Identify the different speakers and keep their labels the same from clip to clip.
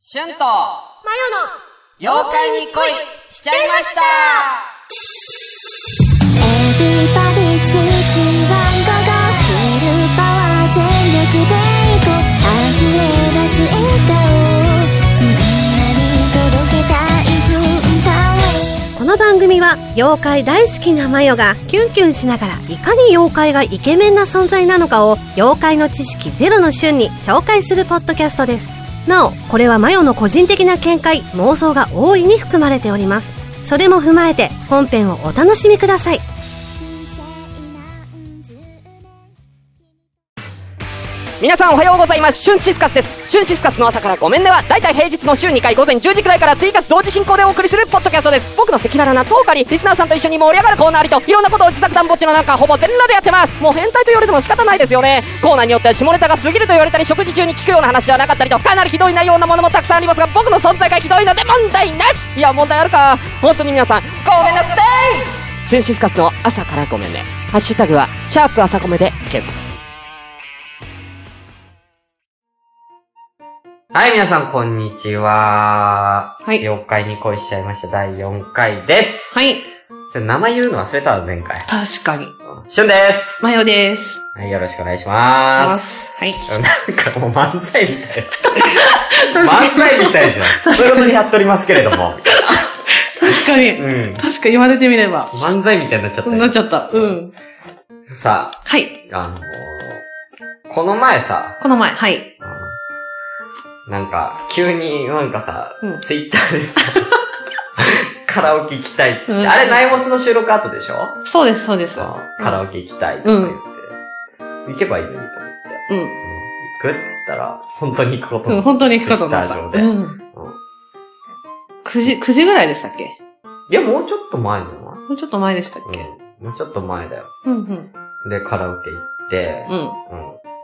Speaker 1: シュンと、マヨの、妖怪に恋しちゃいました
Speaker 2: Everybody's waiting ワンゴゴフルパワー全力でいこう溢れ出す笑顔をみんなに届けたい文化を
Speaker 3: この番組は妖怪大好きなマヨがキュンキュンしながらいかに妖怪がイケメンな存在なのかを妖怪の知識ゼロの瞬に紹介するポッドキャストですなおこれはマヨの個人的な見解妄想が大いに含まれておりますそれも踏まえて本編をお楽しみください
Speaker 1: 皆さんおはようございます。シュンシスカスです。シュンシスカスの朝からごめんねは、だいたい平日の週2回午前10時くらいから追加同時進行でお送りするポッドキャストです。僕の赤裸々なトークあり、リスナーさんと一緒に盛り上がるコーナーありと、いろんなことを自作団ぼっちの中、ほぼ全裸でやってます。もう変態と言われても仕方ないですよね。コーナーによっては下ネタが過ぎると言われたり、食事中に聞くような話じゃなかったりと、かなりひどい内容なものもたくさんありますが、僕の存在がひどいので問題なしいや、問題あるか。本当に皆さん、ごめんなさいシュンシスカスの朝からごめんね。ハッシュタグは、シャープ朝ごめで検索。はい、皆さん、こんにちは。
Speaker 3: はい
Speaker 1: 妖怪に恋しちゃいました、第4回です。
Speaker 3: はい
Speaker 1: ちょ名前言うの忘れたわ、前回。
Speaker 3: 確かに
Speaker 1: しゅんです。
Speaker 3: マヨです
Speaker 1: はい、よろしくお願いします。
Speaker 3: はい
Speaker 1: なんかもう漫才みたい。 漫才みたいじゃん。そういうことやっておりますけれど も。
Speaker 3: 確か
Speaker 1: う
Speaker 3: に
Speaker 1: ん。
Speaker 3: 確か言われてみれば
Speaker 1: 漫才みたいになっちゃったよ。
Speaker 3: ゃったうん
Speaker 1: さ
Speaker 3: はい
Speaker 1: あ、あのー、この前さ、
Speaker 3: この前はい
Speaker 1: あのなんか、急になんかさ、
Speaker 3: うん
Speaker 1: ツイッターで さ、カラオケ行きたいって。
Speaker 3: うん
Speaker 1: あれ、ナイモスの収録後でしょ
Speaker 3: そうですそうです
Speaker 1: そうカラオケ行きたいって言って、行けばいいのにと思って。
Speaker 3: うん
Speaker 1: 行くっつったら、本当に行くことになっ
Speaker 3: 本当に
Speaker 1: 行くことになった Twitter 上でうん
Speaker 3: 9時、9時ぐらいでしたっけ
Speaker 1: いや、もうちょっと前じゃな
Speaker 3: もうちょっと前でしたっ
Speaker 1: いうん。もうちょっと前だよ。
Speaker 3: うんうん。
Speaker 1: で、カラオケ行って、
Speaker 3: うん。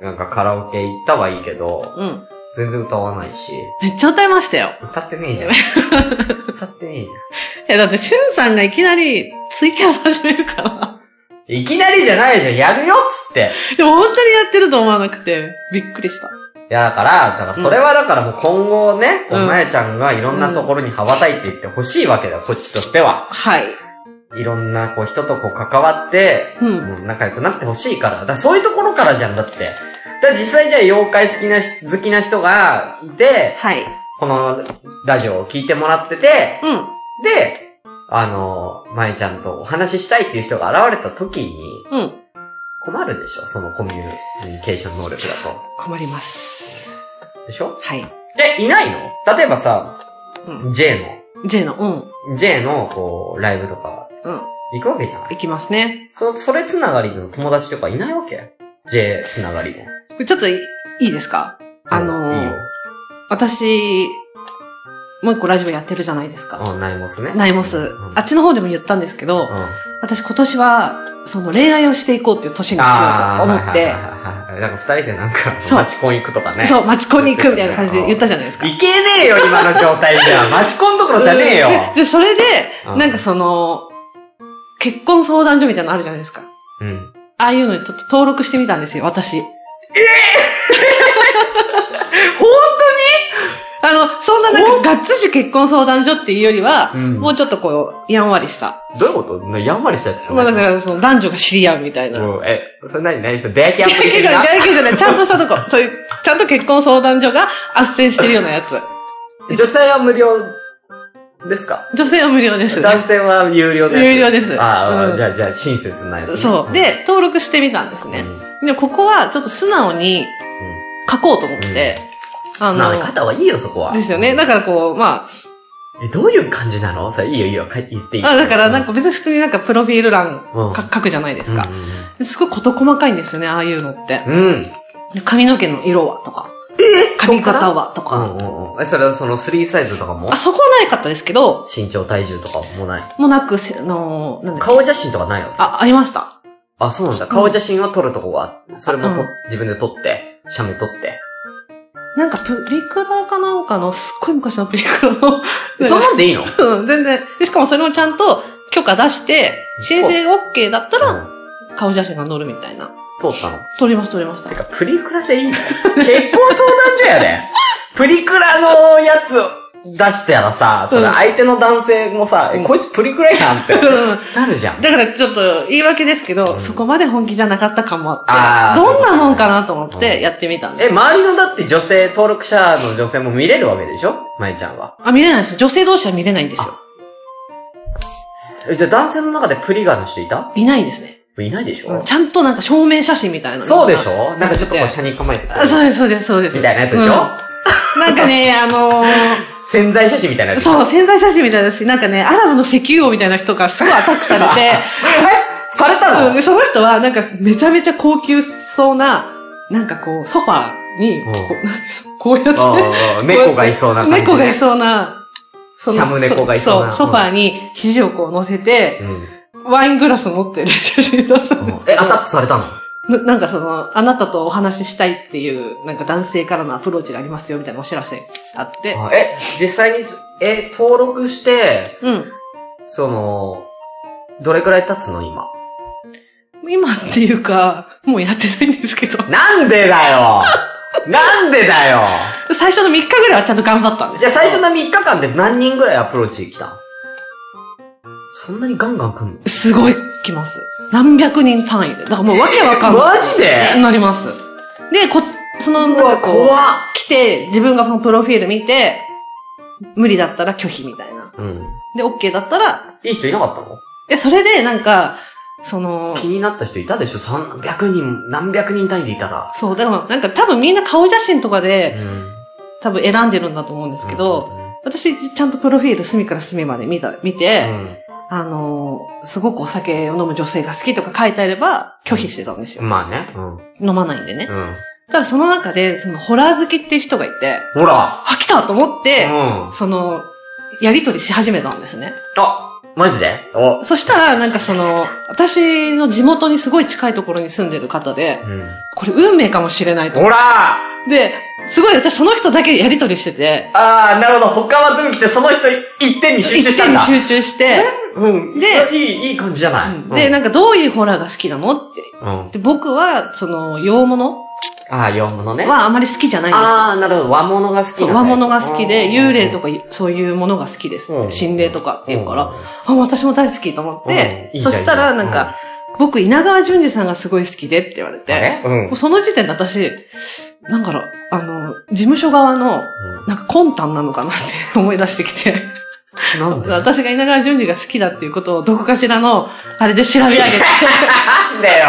Speaker 1: うん。なんかカラオケ行ったはいいけど、
Speaker 3: うん。
Speaker 1: 全然歌わないし、
Speaker 3: めっちゃ歌いましたよ。
Speaker 1: 歌ってねえ じゃん。歌ってねえじ
Speaker 3: いや、だって、しゅんさんがいきなりツイキャス始めるから。
Speaker 1: ゃん。いきなりじゃないじゃん、やるよっつって。
Speaker 3: でも本当にやってると思わなくて、びっくりした。
Speaker 1: いや、だから、だからそれはだからもう今後ね、
Speaker 3: うん
Speaker 1: お前ちゃんがいろんなところに羽ばたいていってほしいわけだよ、こっちとしては。
Speaker 3: はい。
Speaker 1: いろんなこう人とこう関わって、
Speaker 3: うん。
Speaker 1: もう仲良くなってほしいから。だからそういうところからじゃんだって。だから実際じゃあ妖怪好きな人、好きな人がいて、
Speaker 3: はい。
Speaker 1: このラジオを聞いてもらってて、
Speaker 3: うん。
Speaker 1: で、あの、まゆちゃんとお話ししたいっていう人が現れた時に
Speaker 3: うん。
Speaker 1: 困るでしょそのコミュニケーション能力だ
Speaker 3: 困ります。
Speaker 1: と。でしょ
Speaker 3: はい。
Speaker 1: で、いないの例えばさ、
Speaker 3: う
Speaker 1: J
Speaker 3: ジェの、うん。
Speaker 1: の、J のこう、ライブとか
Speaker 3: うん。
Speaker 1: 行くわけじゃない
Speaker 3: いきますね。
Speaker 1: そ、それつながりの友達とかいないわけ ?J つながりの。
Speaker 3: これちょっといいいですかあの
Speaker 1: いい
Speaker 3: ー
Speaker 1: よ。
Speaker 3: 私、もう一個ラジオやってるじゃないですか。
Speaker 1: うん、ナイモスね。
Speaker 3: ナイモス。
Speaker 1: うん
Speaker 3: あっちの方でも言ったんですけど、
Speaker 1: うん。
Speaker 3: 私今年は、その恋愛をしていこうっていう年にしよう
Speaker 1: あ
Speaker 3: と
Speaker 1: あー、
Speaker 3: 思って
Speaker 1: はい、はいはいはいなんか二人でなんか、
Speaker 3: そう
Speaker 1: マチコン行くとかね。
Speaker 3: そう、町コンに行くみたいな感じで言ったじゃないです か。
Speaker 1: いけねえよ、今の状態で は。マチコンどころじゃねえよ。
Speaker 3: で、それで、
Speaker 1: うん
Speaker 3: なんかその、結婚相談所みたいなのあるじゃないですか。
Speaker 1: うん。
Speaker 3: ああいうのにちょっと登録してみたんですよ、私。え 本当にあの、そんななんか、がっつし結婚相談所っていうよりは、
Speaker 1: うん
Speaker 3: もうちょっとこう、やんわりした。
Speaker 1: どういうことなやんわりしたやつ
Speaker 3: まあ、だからその男女が知り合うみたいな。
Speaker 1: うんえ、それ何何それ出会い系アプリ
Speaker 3: け
Speaker 1: 的
Speaker 3: ど、
Speaker 1: な
Speaker 3: 大丈夫じゃない。ちゃんとしたとこ。そういう、ちゃんと結婚相談所が斡旋してるようなやつ。
Speaker 1: 女性は無料ですか
Speaker 3: 女性は無料です。
Speaker 1: 男性は有料です。
Speaker 3: 有料です
Speaker 1: ああ、
Speaker 3: うん
Speaker 1: じゃあ、じゃあ、親切なやつね。
Speaker 3: そう。で、登録してみたんです
Speaker 1: うん、
Speaker 3: ね
Speaker 1: う。ん
Speaker 3: で、ここはちょっと素直に書こうと思って、
Speaker 1: 素直に書
Speaker 3: あ
Speaker 1: いた方がいいよ、そこは。
Speaker 3: の、ですよね。だからこう、まあ、
Speaker 1: え、どういう感じなのさ、いいよいいよ、書い言っていい。
Speaker 3: あだからなんか別に普通になんかプロフィール欄
Speaker 1: うん、うん
Speaker 3: か書くじゃないですか。
Speaker 1: うん
Speaker 3: ですごい事細かいんですよね、ああいうのって。
Speaker 1: うん。うん
Speaker 3: 髪の毛の色はとか、
Speaker 1: え
Speaker 3: 髪型はと
Speaker 1: う
Speaker 3: か。
Speaker 1: んうんうん。え、それはその3サイズとかも
Speaker 3: あ、そこはないかったですけど、
Speaker 1: 身長、体重とかもない。
Speaker 3: もうなくせ、あのー、なんだっけ。
Speaker 1: 顔写真とかないよね。
Speaker 3: あ、ありました。
Speaker 1: あ、そうなんだ。顔写真は撮るとこは、それもと、自分で撮って、写メ撮って。
Speaker 3: なんかプリクラかなんかの、すっごい昔のプリクラの。
Speaker 1: そんなんでいいの
Speaker 3: うん、全然。でしかもそれもちゃんと許可出して、申請 OK だったら
Speaker 1: うん
Speaker 3: 顔写真が載るみたいな。
Speaker 1: 撮ったの。
Speaker 3: 撮りました、撮りました
Speaker 1: て。か、プリクラでいいの結婚相談所やで。プリクラのやつ出したらさ、それ
Speaker 3: うん
Speaker 1: 相手の男性もさ、えこいつプリクラやん って
Speaker 3: うん
Speaker 1: なるじゃん。
Speaker 3: だからちょっと言い訳ですけど、そこまで本気じゃなかったかも
Speaker 1: あ
Speaker 3: あっ
Speaker 1: ー
Speaker 3: て、どんなもんかなと思ってやってみたんで
Speaker 1: え、
Speaker 3: す。
Speaker 1: 周りのだって女性、登録者の女性も見れるわけでしょまいちゃんは。
Speaker 3: あ、見れないですよ。女性同士は見れないんですよ。
Speaker 1: えじゃあ男性の中でプリガーの人いた
Speaker 3: いないですね。
Speaker 1: いないでし
Speaker 3: う
Speaker 1: ょ
Speaker 3: んちゃんとなんか証明写真みたいなのが
Speaker 1: そうでしょなんかちょっとこう、車に構えて。
Speaker 3: あそうです、そうです、そうです。
Speaker 1: みたいなやつでしょ
Speaker 3: うんなんか ね、あのー
Speaker 1: 潜在写真みたいなやつ。
Speaker 3: そう、潜在写真みたいだし、なんかね、アラブの石油王みたいな人がすごいアタックされて、
Speaker 1: された
Speaker 3: うん
Speaker 1: の
Speaker 3: でその人は、なんか、めちゃめちゃ高級そうな、なんかこう、ソファーに、
Speaker 1: うん
Speaker 3: こう、なんていうのこうやって、
Speaker 1: あー猫がいそうな感じ、ね。
Speaker 3: 猫がいそうな、その
Speaker 1: シャム猫がいそうな
Speaker 3: そう、ソファーに肘をこう乗せて、
Speaker 1: うん。
Speaker 3: ワイングラス持ってる写真だったんです
Speaker 1: え、
Speaker 3: けど
Speaker 1: アタックされたの
Speaker 3: ななんかその、あなたとお話ししたいっていう、なんか男性からのアプローチがありますよみたいなお知らせあって。
Speaker 1: あえ、実際に、え、登録して、
Speaker 3: うん。
Speaker 1: その、どれくらい経つの今。
Speaker 3: 今っていうか、もうやってないんですけど。
Speaker 1: なんでだ よなんでだよ
Speaker 3: 最初の3日ぐらいはちゃんと頑張ったんです。
Speaker 1: じゃあ最初の3日間で何人ぐらいアプローチ来たのそんなにガンガン来んの
Speaker 3: すごい来ます。何百人単位で。だからもうわけわかんない。
Speaker 1: マジで
Speaker 3: なります。で、こ、その、なん
Speaker 1: うわ、
Speaker 3: かこう、
Speaker 1: 怖っ
Speaker 3: 来て、自分がこのプロフィール見て、無理だったら拒否みたいな。
Speaker 1: うん。
Speaker 3: で、OK だったら、
Speaker 1: いい人いなかったの
Speaker 3: え、それでなんか、その、
Speaker 1: 気になった人いたでしょ300人、何百人単位でいたら。
Speaker 3: そう、だからなんか多分みんな顔写真とか
Speaker 1: う
Speaker 3: で
Speaker 1: ん。
Speaker 3: 多分選んでるんだと思うんですけど、私ちゃんとプロフィール隅から隅まで見た、見
Speaker 1: うん、
Speaker 3: て、
Speaker 1: うん
Speaker 3: あのーすごくお酒を飲む女性が好きとか書いてあれば拒否してたんですよ。
Speaker 1: まあね。うん。
Speaker 3: 飲まないんでね。
Speaker 1: うん。
Speaker 3: ただその中で、そのホラー好きっていう人がいて、
Speaker 1: ほら
Speaker 3: あ、来たと思って、
Speaker 1: うん。
Speaker 3: その、やりとりし始めたんですね。
Speaker 1: あ、マジでお。
Speaker 3: そしたら、なんかその、私の地元にすごい近いところに住んでる方で、
Speaker 1: うん。
Speaker 3: これ運命かもしれないと
Speaker 1: ほ
Speaker 3: 思っ
Speaker 1: ら
Speaker 3: て。で、すごい私その人だけでやりとりしてて、
Speaker 1: ああ、なるほど。他は全部来て、その人一点に集中
Speaker 3: 一
Speaker 1: したん
Speaker 3: 点に
Speaker 1: だ。
Speaker 3: 集中して、
Speaker 1: うん。
Speaker 3: で
Speaker 1: いい、いい感じじゃない。
Speaker 3: うんで、なんかどういうホラーが好きなのって。
Speaker 1: うん。うん。
Speaker 3: で僕は、その、洋物
Speaker 1: ああ、洋物ね。
Speaker 3: はあまり好きじゃないんですよ
Speaker 1: ああ、なるほど。和物が好き
Speaker 3: そう。
Speaker 1: な
Speaker 3: 和
Speaker 1: んだ
Speaker 3: 物が好きで、
Speaker 1: うん
Speaker 3: 幽霊とかそういうものが好きです
Speaker 1: う。ん
Speaker 3: 心霊とかっていうから、
Speaker 1: う
Speaker 3: あ、私も大好きと思っ
Speaker 1: ん
Speaker 3: て
Speaker 1: う、ん
Speaker 3: そしたらなんか、、僕、稲川淳二さんがすごい好きでって言われ
Speaker 1: いいじゃんいいじゃん
Speaker 3: て、
Speaker 1: うんあれうん
Speaker 3: もう。その時点で私、なんかあの、事務所側の、なんか魂胆なのかなって 思い出してきて、
Speaker 1: なんで
Speaker 3: 私が稲川淳二が好きだっていうことをどこかしらの、あれで調べ上げて、
Speaker 1: なんだよ。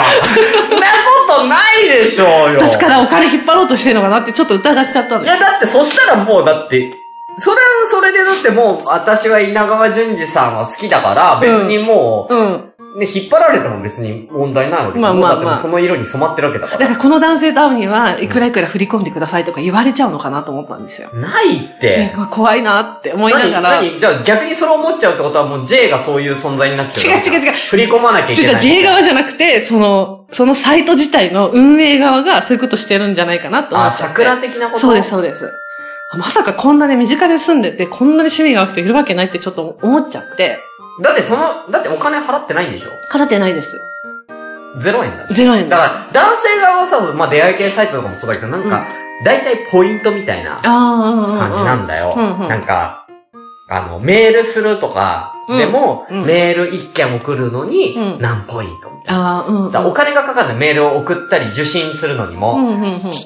Speaker 1: そんなことないでしょうよ。
Speaker 3: 私からお金引っ張ろうとしてるのかなってちょっと疑っちゃったん
Speaker 1: い
Speaker 3: です。
Speaker 1: や、だって、そしたらもう、だって、それは、それでだってもう、私は稲川淳二さんは好きだから、別にも
Speaker 3: うん。
Speaker 1: う、ね、引っ張られても別に問題ないわけ
Speaker 3: まあまあ
Speaker 1: だってもう
Speaker 3: まあ
Speaker 1: その色に染まってるわけだか。
Speaker 3: だかららこの男性と会うには、いくらいくら振り込んでくださいとか言われちゃうのかなと思ったんですよ。
Speaker 1: ないって。
Speaker 3: ね怖いなって思いながら、違う
Speaker 1: 何じゃあ逆にそれを思っちゃうってことはもう J がそういう存在になっちゃう。
Speaker 3: 違う違う。
Speaker 1: 振り込まなきゃいけ
Speaker 3: ち
Speaker 1: な
Speaker 3: ょっ
Speaker 1: い。
Speaker 3: と J 側じゃなくて、その、そのサイト自体の運営側がそういうことしてるんじゃないかなと思
Speaker 1: あ、
Speaker 3: って。
Speaker 1: 桜的なこと
Speaker 3: そうです、。そうです。あまさかこんなに身近で住んでて、こんなに趣味が合う人いるわけないってちょっと思っちゃって、
Speaker 1: だってその、だってお金払ってないんでしょ
Speaker 3: 払ってないです。
Speaker 1: ?0 円だ。
Speaker 3: 0円で
Speaker 1: だ
Speaker 3: す。
Speaker 1: から、男性側はさ、まあ、出会い系サイトとかもそうだけど、なんか、大体ポイントみたいな
Speaker 3: ああ、うんうんうん
Speaker 1: 感じなんだよ。
Speaker 3: うんうん
Speaker 1: なんか、あの、メールするとか、
Speaker 3: うん
Speaker 1: でも、
Speaker 3: うん
Speaker 1: メール1件送るのに
Speaker 3: うん、
Speaker 1: 何ポイントみたいな。
Speaker 3: ああ、うん、うん。
Speaker 1: さお金がかかんないメールを送ったり受信するのにも、
Speaker 3: うん、うん、うん。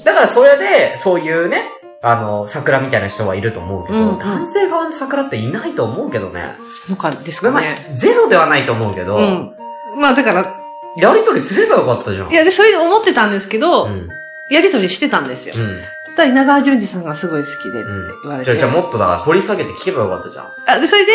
Speaker 1: だからそれで、そういうね、あの、桜みたいな人はいると思うけど、
Speaker 3: うんうん
Speaker 1: 男性側の桜っていないと思うけどね。
Speaker 3: のかです
Speaker 1: ま
Speaker 3: か
Speaker 1: あまあ
Speaker 3: ね。
Speaker 1: ゼロではないと思うけど、
Speaker 3: うん。まあだから、
Speaker 1: やりとりすればよかったじゃん。
Speaker 3: いや、で、そういう思ってたんですけど、
Speaker 1: うん。うん。
Speaker 3: やりとりしてたんですよ。ただ稲川淳二さんがすごい好きでって言わ
Speaker 1: う
Speaker 3: れ
Speaker 1: ん。
Speaker 3: て。
Speaker 1: じゃあ、じゃあもっとだから掘り下げて聞けばよかったじゃん。
Speaker 3: あで、それで、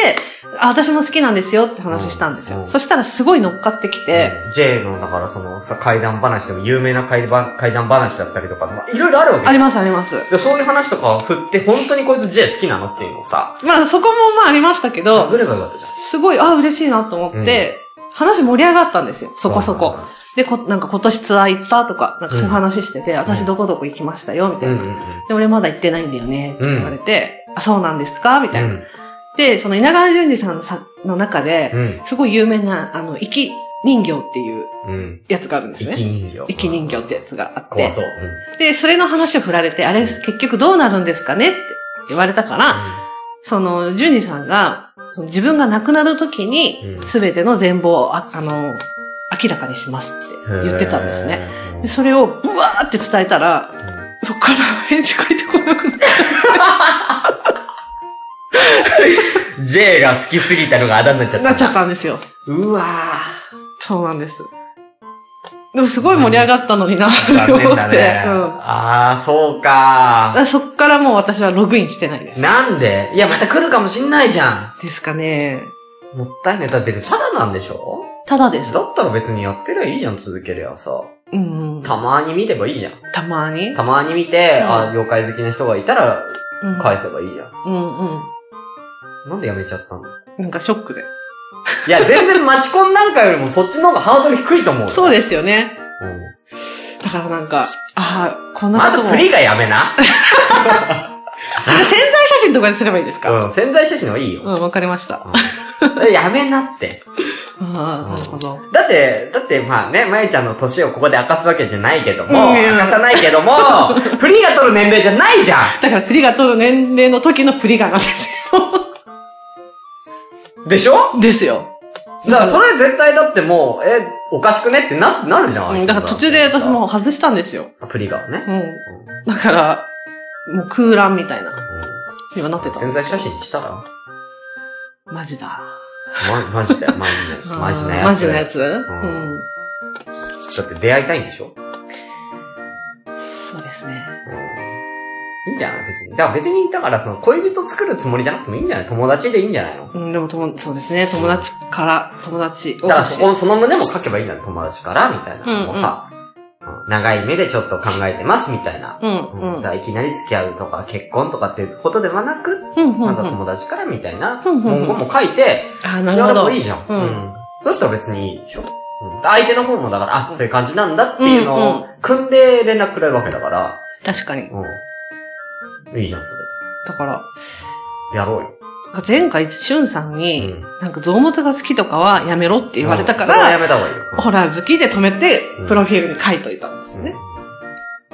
Speaker 3: あ、私も好きなんですよって話したんですよ。
Speaker 1: うん
Speaker 3: そしたらすごい乗っかってきて、
Speaker 1: うん J の、だからその、さ、怪談話でも有名な怪談、怪談話だったりとか、まあ、いろいろあるわけ
Speaker 3: ありますあります。
Speaker 1: でそういう話とかを振って、本当にこいつ J 好きなのっていうのをさ、
Speaker 3: まあそこもまあありましたけど、
Speaker 1: 探ればよかったじゃん。
Speaker 3: すごい、あ、嬉しいなと思って、話盛り上がったんですよ。そこそこ。で、こ、なんか今年ツアー行ったとか、なんかそういう話してて、私どこどこ行きましたよ、みた
Speaker 1: う
Speaker 3: い
Speaker 1: ん。う
Speaker 3: な。
Speaker 1: んうん
Speaker 3: で、俺まだ行ってないんだよね、って言われて、あ、そうなんですかみた
Speaker 1: う
Speaker 3: いな。
Speaker 1: ん。
Speaker 3: で、その稲川淳二さんのさの中で、
Speaker 1: うん。
Speaker 3: すごい有名な、あの、生き、人形っていう
Speaker 1: うん。
Speaker 3: やつがあるんです
Speaker 1: 生
Speaker 3: ね
Speaker 1: き。人形。
Speaker 3: 生き人形ってやつがあって
Speaker 1: 怖、そう。
Speaker 3: で、それの話を振られて、あれ、結局どうなるんですかねって言われたから、その、ジュニさんが、その自分が亡くなる時に
Speaker 1: う、ん
Speaker 3: すべての全貌をあ、あの、明らかにしますっ
Speaker 1: う
Speaker 3: て言ってたんですね。。
Speaker 1: へー
Speaker 3: で、それをブワーって伝えたら、そっから返事返ってこなくなっちゃ
Speaker 1: J が好きすぎたのがあだに なっちゃっ
Speaker 3: なっち
Speaker 1: た。
Speaker 3: ゃったんですよ。
Speaker 1: うわ
Speaker 3: そうなんです。でもすごい盛り上がったのにな、
Speaker 1: ー
Speaker 3: って
Speaker 1: 残
Speaker 3: 思
Speaker 1: 念
Speaker 3: っ
Speaker 1: だ
Speaker 3: て
Speaker 1: ね。。
Speaker 3: うん
Speaker 1: あー、そうか
Speaker 3: あ。そっからもう私はログインしてないです。
Speaker 1: なんでいや、また来るかもしんないじゃ
Speaker 3: ですかね。
Speaker 1: ん。もったいない。だって別にタダなんでしょ
Speaker 3: ただです
Speaker 1: だ。ったら別にやってりゃいいじゃん、続けりゃさ。
Speaker 3: うんうん。
Speaker 1: たまに見ればいいじゃん。
Speaker 3: たまに。
Speaker 1: たまに見て、
Speaker 3: うん
Speaker 1: あ、妖怪好きな人がいたら
Speaker 3: うん
Speaker 1: 返せばいいじゃん。
Speaker 3: うんうん。
Speaker 1: なんでやめちゃったの
Speaker 3: なんかショックで。
Speaker 1: いや、全然マチコンなんかよりもそっちの方がハードル低いと思う。
Speaker 3: そう
Speaker 1: す。
Speaker 3: ですよね。だからなんか、ああ、こんな
Speaker 1: ま
Speaker 3: こと
Speaker 1: ず
Speaker 3: も。
Speaker 1: プリがやめ な。
Speaker 3: あ 潜在写真とかにすればいいですか
Speaker 1: うん、潜在写真はいいよ
Speaker 3: うん、。わ、かりました。
Speaker 1: うんやめなって。
Speaker 3: ああ、
Speaker 1: うん
Speaker 3: なるほど。
Speaker 1: だって、だってまあね、まゆちゃんの歳をここで明かすわけじゃないけども、
Speaker 3: うん
Speaker 1: 明かさないけども、 フリーが取る年齢じゃないじゃ
Speaker 3: だからプリが取る年齢の時のプリがなんですよ。
Speaker 1: んでしょ
Speaker 3: ですよ。
Speaker 1: だからそれ絶対だってもう、え、おかしくねってな、なるじゃん。
Speaker 3: うん、だから途中で私。も外したんですよ。
Speaker 1: プリがね
Speaker 3: う。ん。だから、もう空欄みたいな、にはなって
Speaker 1: うん
Speaker 3: た。
Speaker 1: 潜在写真にしたら
Speaker 3: マジだ。
Speaker 1: ま、マ ジだよ、マジなやつ。マジなやつ。
Speaker 3: あーマジなやつうん。
Speaker 1: だって出会いたいんでしょ
Speaker 3: そうですね。
Speaker 1: うんいいんじゃない別に。だから別に、だからその恋人作るつもりじゃなくてもいいんじゃない友達でいいんじゃないの
Speaker 3: うん、でも友、そうですね。友達から、友達を
Speaker 1: だからそこ、その胸も書けばいいんだよ。友達から、みたいなのもさ、うん長い目でちょっと考えてます、みたいな。
Speaker 3: うん、う
Speaker 1: うん
Speaker 3: ん。
Speaker 1: だからいきなり付き合うとか結婚とかっていうことではなく、
Speaker 3: うん、うん、う
Speaker 1: なんか
Speaker 3: ん。
Speaker 1: 友達からみたいな
Speaker 3: うんうんうん
Speaker 1: 文言も書いて、
Speaker 3: あ、なる
Speaker 1: や
Speaker 3: ほ
Speaker 1: れ
Speaker 3: ど
Speaker 1: ばい。いじゃん。
Speaker 3: うん
Speaker 1: うん。そしたら別にいいでしょ。うん相手の方もだから、あ、そういう感じなんだっていうのを、組んで連絡くれるわけだから、
Speaker 3: 確かに。
Speaker 1: うん。いいじゃん、それ。
Speaker 3: だから、
Speaker 1: やろうよ。
Speaker 3: 前回、しゅんさんに、
Speaker 1: うん
Speaker 3: なんか造物が好きとかはやめろって言われたか
Speaker 1: うんそれはや
Speaker 3: ら、
Speaker 1: めた方がいいよ。
Speaker 3: ホラー好きで止めて
Speaker 1: うん、
Speaker 3: プロフィールに書いといたんです
Speaker 1: う
Speaker 3: よ
Speaker 1: ん
Speaker 3: ね。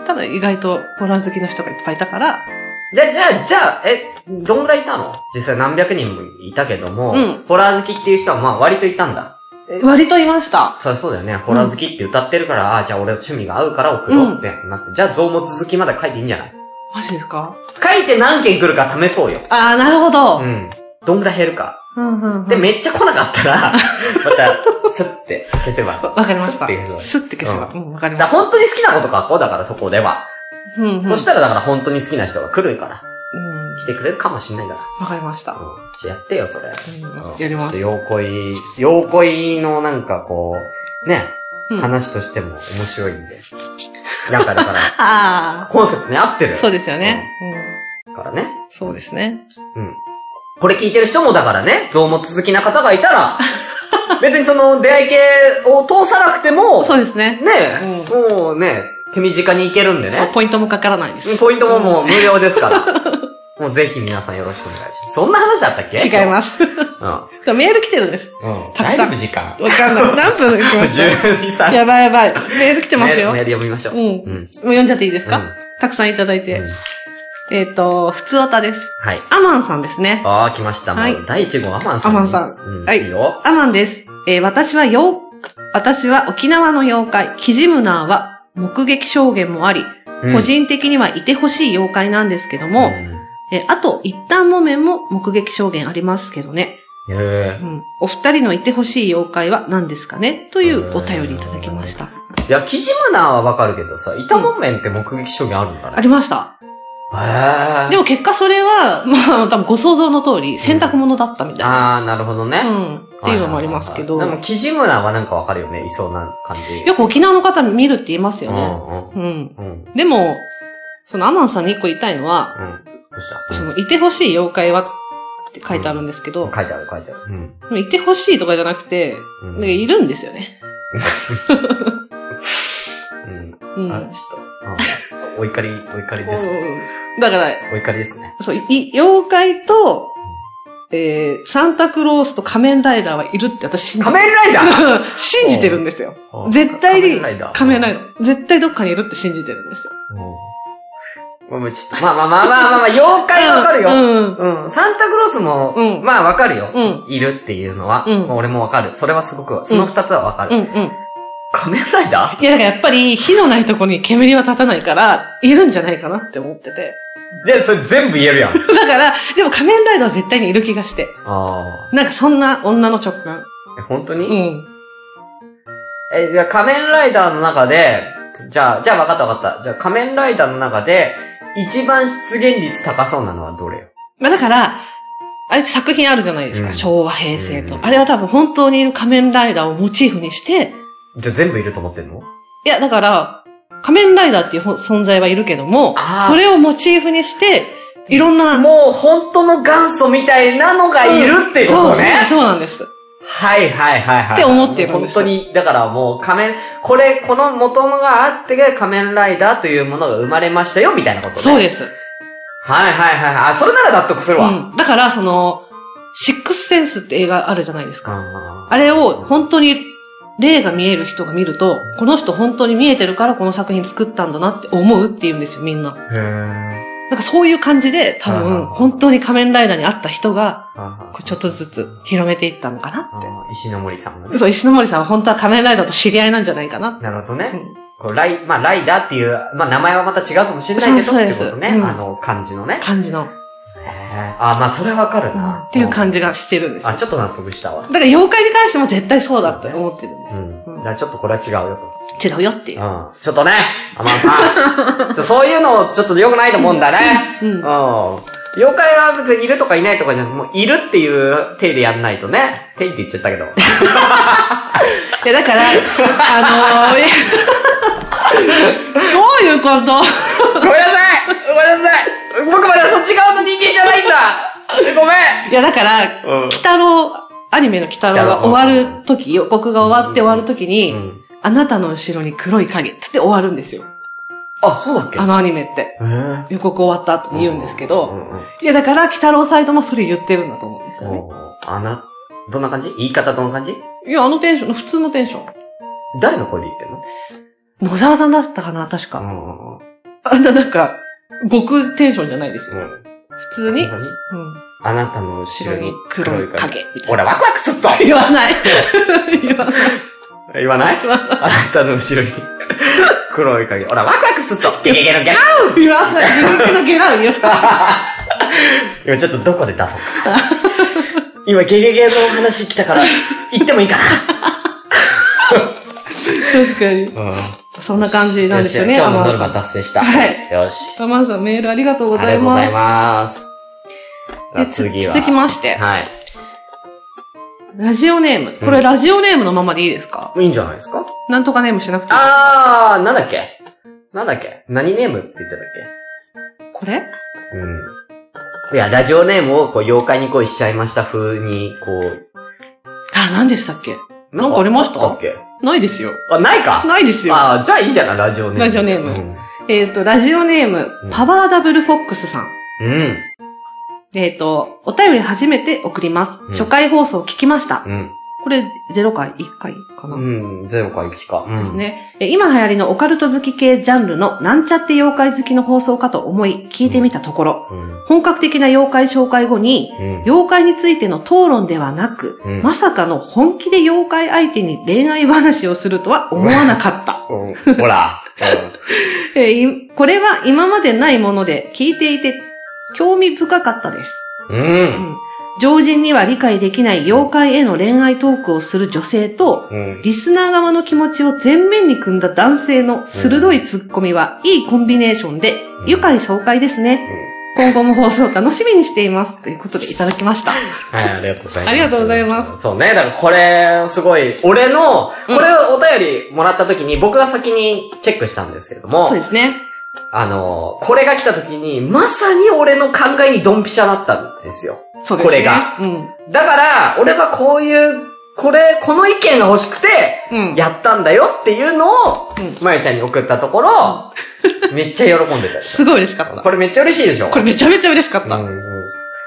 Speaker 3: ただ意外とホラー好きの人がいっぱいいたから、
Speaker 1: じゃあ、じゃあ、じゃあ、え、どんぐらいいたの実際何百人もいたけども、
Speaker 3: うん
Speaker 1: ホラー好きっていう人はまあ割といたんだ。
Speaker 3: 割といました。
Speaker 1: そりゃそうだよね。ホラー好きって歌ってるから、あじゃあ俺の趣味が合うから送ろうってなって、じゃあ造物好きまだ書いていいんじゃない
Speaker 3: マジですか
Speaker 1: 書いて何件来るか試そうよ。
Speaker 3: ああ、なるほ
Speaker 1: う
Speaker 3: ど。
Speaker 1: ん。どんぐらい減るか。
Speaker 3: うん、うん、うん。
Speaker 1: で、めっちゃ来なかった ら、また、スッて消せば。だか
Speaker 3: わかりまし
Speaker 1: スッ
Speaker 3: た
Speaker 1: て消せば。
Speaker 3: スッて消せば。
Speaker 1: う
Speaker 3: うん、わかりま
Speaker 1: ら
Speaker 3: した。
Speaker 1: 本当に好きなこと書こう。だからそこでは。
Speaker 3: うん、うん。
Speaker 1: そしたらだから本当に好きな人が来るから。
Speaker 3: うん
Speaker 1: 来てくれるかもしんないから。
Speaker 3: わかりました。
Speaker 1: うん。やってよ、それ。
Speaker 3: うん
Speaker 1: うん
Speaker 3: やりま
Speaker 1: ち
Speaker 3: す。
Speaker 1: ょっと妖怪、妖怪のなんかこう、ね、
Speaker 3: うん
Speaker 1: 話としても面白いんで。なんかだから、
Speaker 3: あ
Speaker 1: コンセプトに合って
Speaker 3: あ。
Speaker 1: る。
Speaker 3: そうですよね。
Speaker 1: からね。
Speaker 3: うん。そうですね。
Speaker 1: うん。これ聞いてる人もだからね、像も続きな方がいたら、 別にその出会い系を通さなくても、
Speaker 3: そうですね。
Speaker 1: ね、もうね、手短に行けるんで
Speaker 3: そう
Speaker 1: ね。
Speaker 3: ポイントもかからないです。
Speaker 1: ポイントももう無料です から。もうぜひ皆さんよろしくお願いします。そんな話だったっけ
Speaker 3: 違います。
Speaker 1: す。うん。
Speaker 3: メール来てるん です。
Speaker 1: うん。
Speaker 3: たくさ
Speaker 1: 大
Speaker 3: ん
Speaker 1: 丈夫時間。
Speaker 3: わかん ない。何分行きまし
Speaker 1: 12、
Speaker 3: た
Speaker 1: 3。
Speaker 3: やばいやばい。メール来てますよ。
Speaker 1: メールメール読みましょう。
Speaker 3: うん。もう
Speaker 1: うん。
Speaker 3: 読んじゃっていいですか、
Speaker 1: うん
Speaker 3: たくさんいただいて。
Speaker 1: うん
Speaker 3: えっ、と、普通おたです。
Speaker 1: はい。
Speaker 3: アマンさんですね。
Speaker 1: ああ、来ました。もう
Speaker 3: はい
Speaker 1: 第1号、アマンさん。
Speaker 3: アマンさん
Speaker 1: うん、
Speaker 3: はい
Speaker 1: いいよ。
Speaker 3: アマンです。えー私はよ私は沖縄の妖怪、キジムナーは目撃証言もあり、
Speaker 1: うん
Speaker 3: 個人的にはいてほしい妖怪なんですけども、
Speaker 1: うん
Speaker 3: えーあと、一旦もめんも目撃証言ありますけどね。
Speaker 1: へ
Speaker 3: う
Speaker 1: え
Speaker 3: ん。お二人のいてほしい妖怪は何ですかねというお便りいただきました。
Speaker 1: いや、キジムナーはわかるけどさ、板門面って目撃証言あるんだ
Speaker 3: あ
Speaker 1: ね。
Speaker 3: りました。
Speaker 1: へえ
Speaker 3: でも結果それは、まあ、多分ご想像の通り、洗濯物だったみたいな。
Speaker 1: ああ、なるほどね。
Speaker 3: う
Speaker 1: は
Speaker 3: ん。っていうのもありますけど。
Speaker 1: はいはいはいでも、キジムナーはなんかわかるよね。いそうな感じ。
Speaker 3: よく沖縄の方見るって言いますよ
Speaker 1: う
Speaker 3: ね。
Speaker 1: んうん。
Speaker 3: うん。
Speaker 1: うん。
Speaker 3: でも、そのアマンさんに一個言いたいのは、
Speaker 1: うん。どうした
Speaker 3: その、いてほしい妖怪はって書いてあるんですけ
Speaker 1: 書
Speaker 3: ど、
Speaker 1: いてある書いてある。うん。
Speaker 3: でもいてほしいとかじゃなくて、
Speaker 1: うん
Speaker 3: なんかいるんですよね。
Speaker 1: うん。
Speaker 3: う
Speaker 1: あ
Speaker 3: ん。
Speaker 1: ちょっとうん。お怒り、お怒りです。
Speaker 3: うんだから、
Speaker 1: お怒りですね。
Speaker 3: そう、い妖怪と、えー、サンタクロースと仮面ライダーはいるって私信じ
Speaker 1: 仮
Speaker 3: てる。
Speaker 1: 面ライダー
Speaker 3: 信じてるんですよ
Speaker 1: う。ん
Speaker 3: 絶対
Speaker 1: 仮面
Speaker 3: に
Speaker 1: ライダー
Speaker 3: 仮面ライダー。絶対どっかにいるって信じてるんですよ。
Speaker 1: まあまあちょっとまあまあまあまあまあまあ、妖怪わかるよ。
Speaker 3: うん。
Speaker 1: うん。サンタクロースも、
Speaker 3: うん
Speaker 1: まあわかるよ、
Speaker 3: うん
Speaker 1: いるっていうのは、
Speaker 3: うん
Speaker 1: まあ俺もわかる。それはすごく、その二つはわかる、
Speaker 3: うんうん。
Speaker 1: 仮面ライダ
Speaker 3: いや、だからやっぱり火のないとこに煙は立たないから、いるんじゃないかなって思ってて。
Speaker 1: ーで、それ全部言えるやん。
Speaker 3: だから、でも仮面ライダーは絶対にいる気がして。
Speaker 1: あ
Speaker 3: なんかそんな女の直感。
Speaker 1: あ。え本当に、
Speaker 3: うん。
Speaker 1: え、じゃあ仮面ライダーの中で、じゃあ、じゃあ分かった分かった。じゃあ仮面ライダーの中で、一番出現率高そうなのはどれよ
Speaker 3: まあだから、あれ作品あるじゃないですか。
Speaker 1: うん
Speaker 3: 昭和、平成と
Speaker 1: う。ん
Speaker 3: あれは多分本当にいる仮面ライダーをモチーフにして、
Speaker 1: じゃあ全部いると思ってんの
Speaker 3: いや、だから、仮面ライダーっていうほん存在はいるけども
Speaker 1: あ、ー
Speaker 3: それをモチーフにして、いろんな、
Speaker 1: もう本当の元祖みたいなのがいるってことね。
Speaker 3: そうそうそうなんです。
Speaker 1: はいはいはいはい。
Speaker 3: って思ってるん
Speaker 1: 本
Speaker 3: です
Speaker 1: 当に、だからもう仮面、これ、この元のがあってが仮面ライダーというものが生まれましたよ、みたいなことね。
Speaker 3: そうです。
Speaker 1: はいはいはいはい。あ、それなら納得するわ。
Speaker 3: うん。だから、その、シックスセンスって映画あるじゃないですか。
Speaker 1: あ
Speaker 3: あれを本当に霊が見える人が見ると、この人本当に見えてるからこの作品作ったんだなって思うって言うんですよ、みんな。
Speaker 1: へー
Speaker 3: なんかそういう感じで、多
Speaker 1: はいはいは
Speaker 3: 分、
Speaker 1: い
Speaker 3: 本当に仮面ライダーに会った人が、
Speaker 1: あ
Speaker 3: こうちょっとずつ広めていったのかなっ
Speaker 1: ー石の森さんの
Speaker 3: て。
Speaker 1: ね。
Speaker 3: そう、石ノ森さんは本当は仮面ライダーと知り合いなんじゃないかな。
Speaker 1: なるほど
Speaker 3: う
Speaker 1: ね。
Speaker 3: ん
Speaker 1: こうライ、まあライダーっていう、まあ名前はまた違うかもしれないけど、
Speaker 3: そう
Speaker 1: っ
Speaker 3: そう
Speaker 1: て
Speaker 3: です
Speaker 1: ことね。
Speaker 3: うん
Speaker 1: あの、感じのね。
Speaker 3: 感じの、
Speaker 1: へーあ、まあそれわかる
Speaker 3: うん
Speaker 1: な。
Speaker 3: っていう感
Speaker 1: じ。
Speaker 3: じがしてるんですよ。
Speaker 1: あ、ちょっと納得したわ
Speaker 3: だ。から妖怪に関しても絶対そうだって思ってるんで
Speaker 1: うん。
Speaker 3: うん
Speaker 1: じゃあちょっとこれは違うよと。
Speaker 3: す。違うよっていう。
Speaker 1: うんちょっとね、アマンさ ん。ちょそういうの、ちょっと良くないと思うんだね。
Speaker 3: うん
Speaker 1: うん。妖怪は別にいるとかいないとかじゃなくて、もういるっていう手でやんないとね。手って言っちゃったけ ど。
Speaker 3: いや、だから、あのー、いや
Speaker 1: ごめんなさいごめんなさい
Speaker 3: どういうこと
Speaker 1: 僕まだそっち側の人間じゃないんだごめ
Speaker 3: いや、だから、
Speaker 1: ん
Speaker 3: 鬼太郎、アニメの鬼太郎が終わるとき、予告が終わって終わるときに、
Speaker 1: うん
Speaker 3: あなたの後ろに黒い影、つって終わるんですよ。
Speaker 1: あ、そうだっけ
Speaker 3: あのアニメって。
Speaker 1: えー
Speaker 3: 予告終わった後に言うんですけ
Speaker 1: う
Speaker 3: ど、
Speaker 1: んうん
Speaker 3: いや、だから、鬼太郎サイドもそれ言ってるんだと思うんですよね。
Speaker 1: おーあな、どんな感じ言い方どんな感じ
Speaker 3: いや、あのテンション、普通のテンション。
Speaker 1: 誰の声で言ってんの
Speaker 3: 野沢さんだったかな、確
Speaker 1: う
Speaker 3: か。
Speaker 1: んうん
Speaker 3: あんな、なんか、極テンションじゃないですよ。
Speaker 1: うん。
Speaker 3: 普通に、うん、
Speaker 1: 何あなたの後
Speaker 3: 後
Speaker 1: ろ
Speaker 3: ろ
Speaker 1: に
Speaker 3: に黒い影、みたいな。
Speaker 1: 俺ワクワクすっぞ
Speaker 3: 言わない。言わない。
Speaker 1: 言わないあなたの後ろに黒い影。ほら、ワクワクすっとゲゲゲのゲラ
Speaker 3: 言わない。自分のゲラを言わない。
Speaker 1: 今ちょっとどこで出 そうか。今ゲゲゲの話来たから、行ってもいいか
Speaker 3: 確かに。
Speaker 1: な。うん。
Speaker 3: そんな感じなんですよね、
Speaker 1: し今日
Speaker 3: ア
Speaker 1: も
Speaker 3: マ
Speaker 1: ノ
Speaker 3: ン
Speaker 1: ル
Speaker 3: さ
Speaker 1: マ
Speaker 3: ん。
Speaker 1: 達成した。
Speaker 3: はい。
Speaker 1: よし。
Speaker 3: アマンさんメールありがとう
Speaker 1: あり
Speaker 3: ござ
Speaker 1: がと
Speaker 3: いう
Speaker 1: ご
Speaker 3: ま
Speaker 1: ざい
Speaker 3: す。
Speaker 1: ます。じゃあ
Speaker 3: で
Speaker 1: 次は。
Speaker 3: 続きまして、
Speaker 1: はい。
Speaker 3: ラジオネーム。こ
Speaker 1: う
Speaker 3: れ
Speaker 1: ん
Speaker 3: ラジオネームのままでいいですか、
Speaker 1: いいんじゃないですか
Speaker 3: なんとかネームしなくていい
Speaker 1: あー、なんだっけなんだっけ何ネームって言ってたっ
Speaker 3: これ
Speaker 1: けうん。いや、ラジオネームをこう妖怪に恋しちゃいました風に、こう。
Speaker 3: あ、何でしたっけなんかありました
Speaker 1: あったっけ
Speaker 3: ないですよ。
Speaker 1: あ、ないか
Speaker 3: ないですよ。
Speaker 1: ああ、じゃあいいんじゃないラジオネーム。
Speaker 3: ラジオネームえっ、と、ラジオネーム
Speaker 1: うん、
Speaker 3: パワーダブルフォックスさん。
Speaker 1: うん。うん。
Speaker 3: えっ、と、お便り初めて送ります。
Speaker 1: ん
Speaker 3: 初回放送聞きました。
Speaker 1: うん。
Speaker 3: これ、0回、1回かな。
Speaker 1: うん。ゼロか1か。うん。
Speaker 3: です。ね。え今流行りのオカルト好き系ジャンルのなんちゃって妖怪好きの放送かと思い聞いてみたところ、
Speaker 1: うん。
Speaker 3: 本格的な妖怪紹介後に、
Speaker 1: うん。
Speaker 3: 妖怪についての討論ではなく、
Speaker 1: うん
Speaker 3: まさかの本気で妖怪相手に恋愛話をするとは思わなかった。
Speaker 1: うんほら。
Speaker 3: えーいこれは今までないもので聞いていて興味深かったです。
Speaker 1: うん。うん
Speaker 3: 常人には理解できない妖怪への恋愛トークをする女性と、
Speaker 1: うん。
Speaker 3: リスナー側の気持ちを前面に組んだ男性の鋭いツッコミは、いいコンビネーションで、愉快爽快ですね。今後も放送を楽しみにしています。ということでいただきました。
Speaker 1: はい、ありがとうございます。。
Speaker 3: ありがとうございます
Speaker 1: そうね。だからこれ、すごい、俺の、これお便りもらった時に僕が先にチェックしたんですけれども
Speaker 3: そう、ですね。
Speaker 1: あの、これが来た時に、まさに俺の考えにドンピシャだったんですよ。
Speaker 3: そうですね。
Speaker 1: これが。
Speaker 3: うん。
Speaker 1: だから、俺はこういう、これ、この意見が欲しくて、
Speaker 3: うん。
Speaker 1: やったんだよっていうのを
Speaker 3: う、ん
Speaker 1: まゆちゃんに送ったところ、めっちゃ喜んでたよ
Speaker 3: すごい嬉しかった。
Speaker 1: これめっちゃ嬉しいでしょ
Speaker 3: これめちゃめちゃ嬉しかった。
Speaker 1: うんうん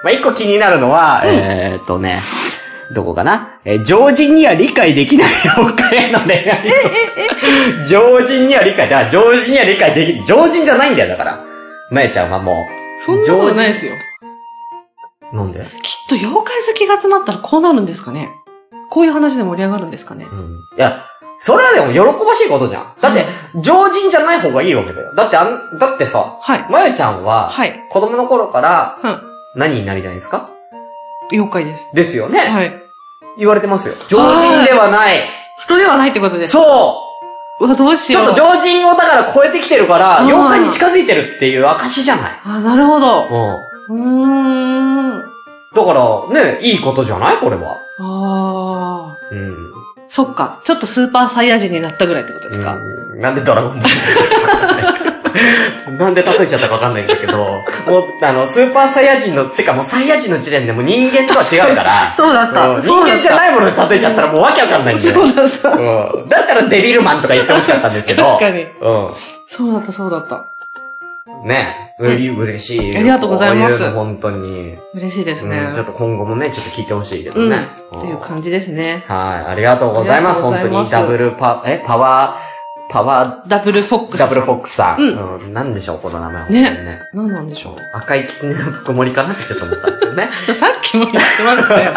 Speaker 1: まあ、一個気になるのは、えーっとね、どこかなえー常人には理解できない妖怪への恋愛と。常人には理解、だから常人には理解でき、常人じゃないんだよ、だから。なえちゃんはも
Speaker 3: そんなことないですよ。
Speaker 1: う。なんで
Speaker 3: きっと妖怪好きが集まったらこうなるんですかね。こういう話で盛り上がるんですかね。
Speaker 1: うん。いや、それはでも喜ばしいことじゃん。だって、常人じゃない方がいいわけだよ。だってあん、だってさ、
Speaker 3: はい。
Speaker 1: まゆちゃんは、
Speaker 3: はい。
Speaker 1: 子供の頃から、
Speaker 3: うん。
Speaker 1: 何になりたいんですか
Speaker 3: 妖怪です。
Speaker 1: ですよね、
Speaker 3: はい。
Speaker 1: 言われてますよ。常人ではない。
Speaker 3: 人ではないってことです。
Speaker 1: そう
Speaker 3: わ、どうし
Speaker 1: うち
Speaker 3: よ
Speaker 1: ょ
Speaker 3: う。
Speaker 1: っと常人をだから超えてきてるから、
Speaker 3: うん
Speaker 1: 妖怪に近づいてるっていう証じゃない。
Speaker 3: あ、なるほど。
Speaker 1: うん。
Speaker 3: うーん。
Speaker 1: だから、ね、いいことじゃないこれは。
Speaker 3: あ
Speaker 1: うん。
Speaker 3: ー。そっか。ちょっとスーパーサイヤ人になったぐらいってことですか。
Speaker 1: うんなんでドラゴンボ ールなんで例えちゃったかわかんないんだけど、もう、あの、スーパーサイヤ人の、てかもうサイヤ人の時点でもう人間とは違うから、
Speaker 3: そうだ
Speaker 1: うん人間じゃないものに例えちゃったらもうわけわかんないんだ
Speaker 3: そ
Speaker 1: よ。
Speaker 3: うだった。
Speaker 1: うんだったらデビルマンとか言ってほしかったんですけど。
Speaker 3: 確かに。
Speaker 1: うん。
Speaker 3: そうだった、そうだった。
Speaker 1: ねえ、
Speaker 3: うん
Speaker 1: う嬉しい。
Speaker 3: ありがとうございます
Speaker 1: こういうの本当に。
Speaker 3: 嬉しいですね。
Speaker 1: うんちょっと今後もね、ちょっと聞いてほしいけど
Speaker 3: うん。
Speaker 1: ね
Speaker 3: っ。
Speaker 1: うん
Speaker 3: ていう感じですね。
Speaker 1: はい、ありがとうございます。
Speaker 3: あ
Speaker 1: 本
Speaker 3: り
Speaker 1: 当
Speaker 3: がとうございま
Speaker 1: に
Speaker 3: す
Speaker 1: ダブルパ、え、パワー、パワ
Speaker 3: ダブルフォック
Speaker 1: ー、
Speaker 3: ス。
Speaker 1: ダブルフォックスさん。
Speaker 3: う
Speaker 1: うん。なんでしょう、この名前。本当にね。
Speaker 3: 何なんでしょう。
Speaker 1: 赤い狐のぬくもりかなってちょっと思ったんだよね。
Speaker 3: さっきも言ってましたよ。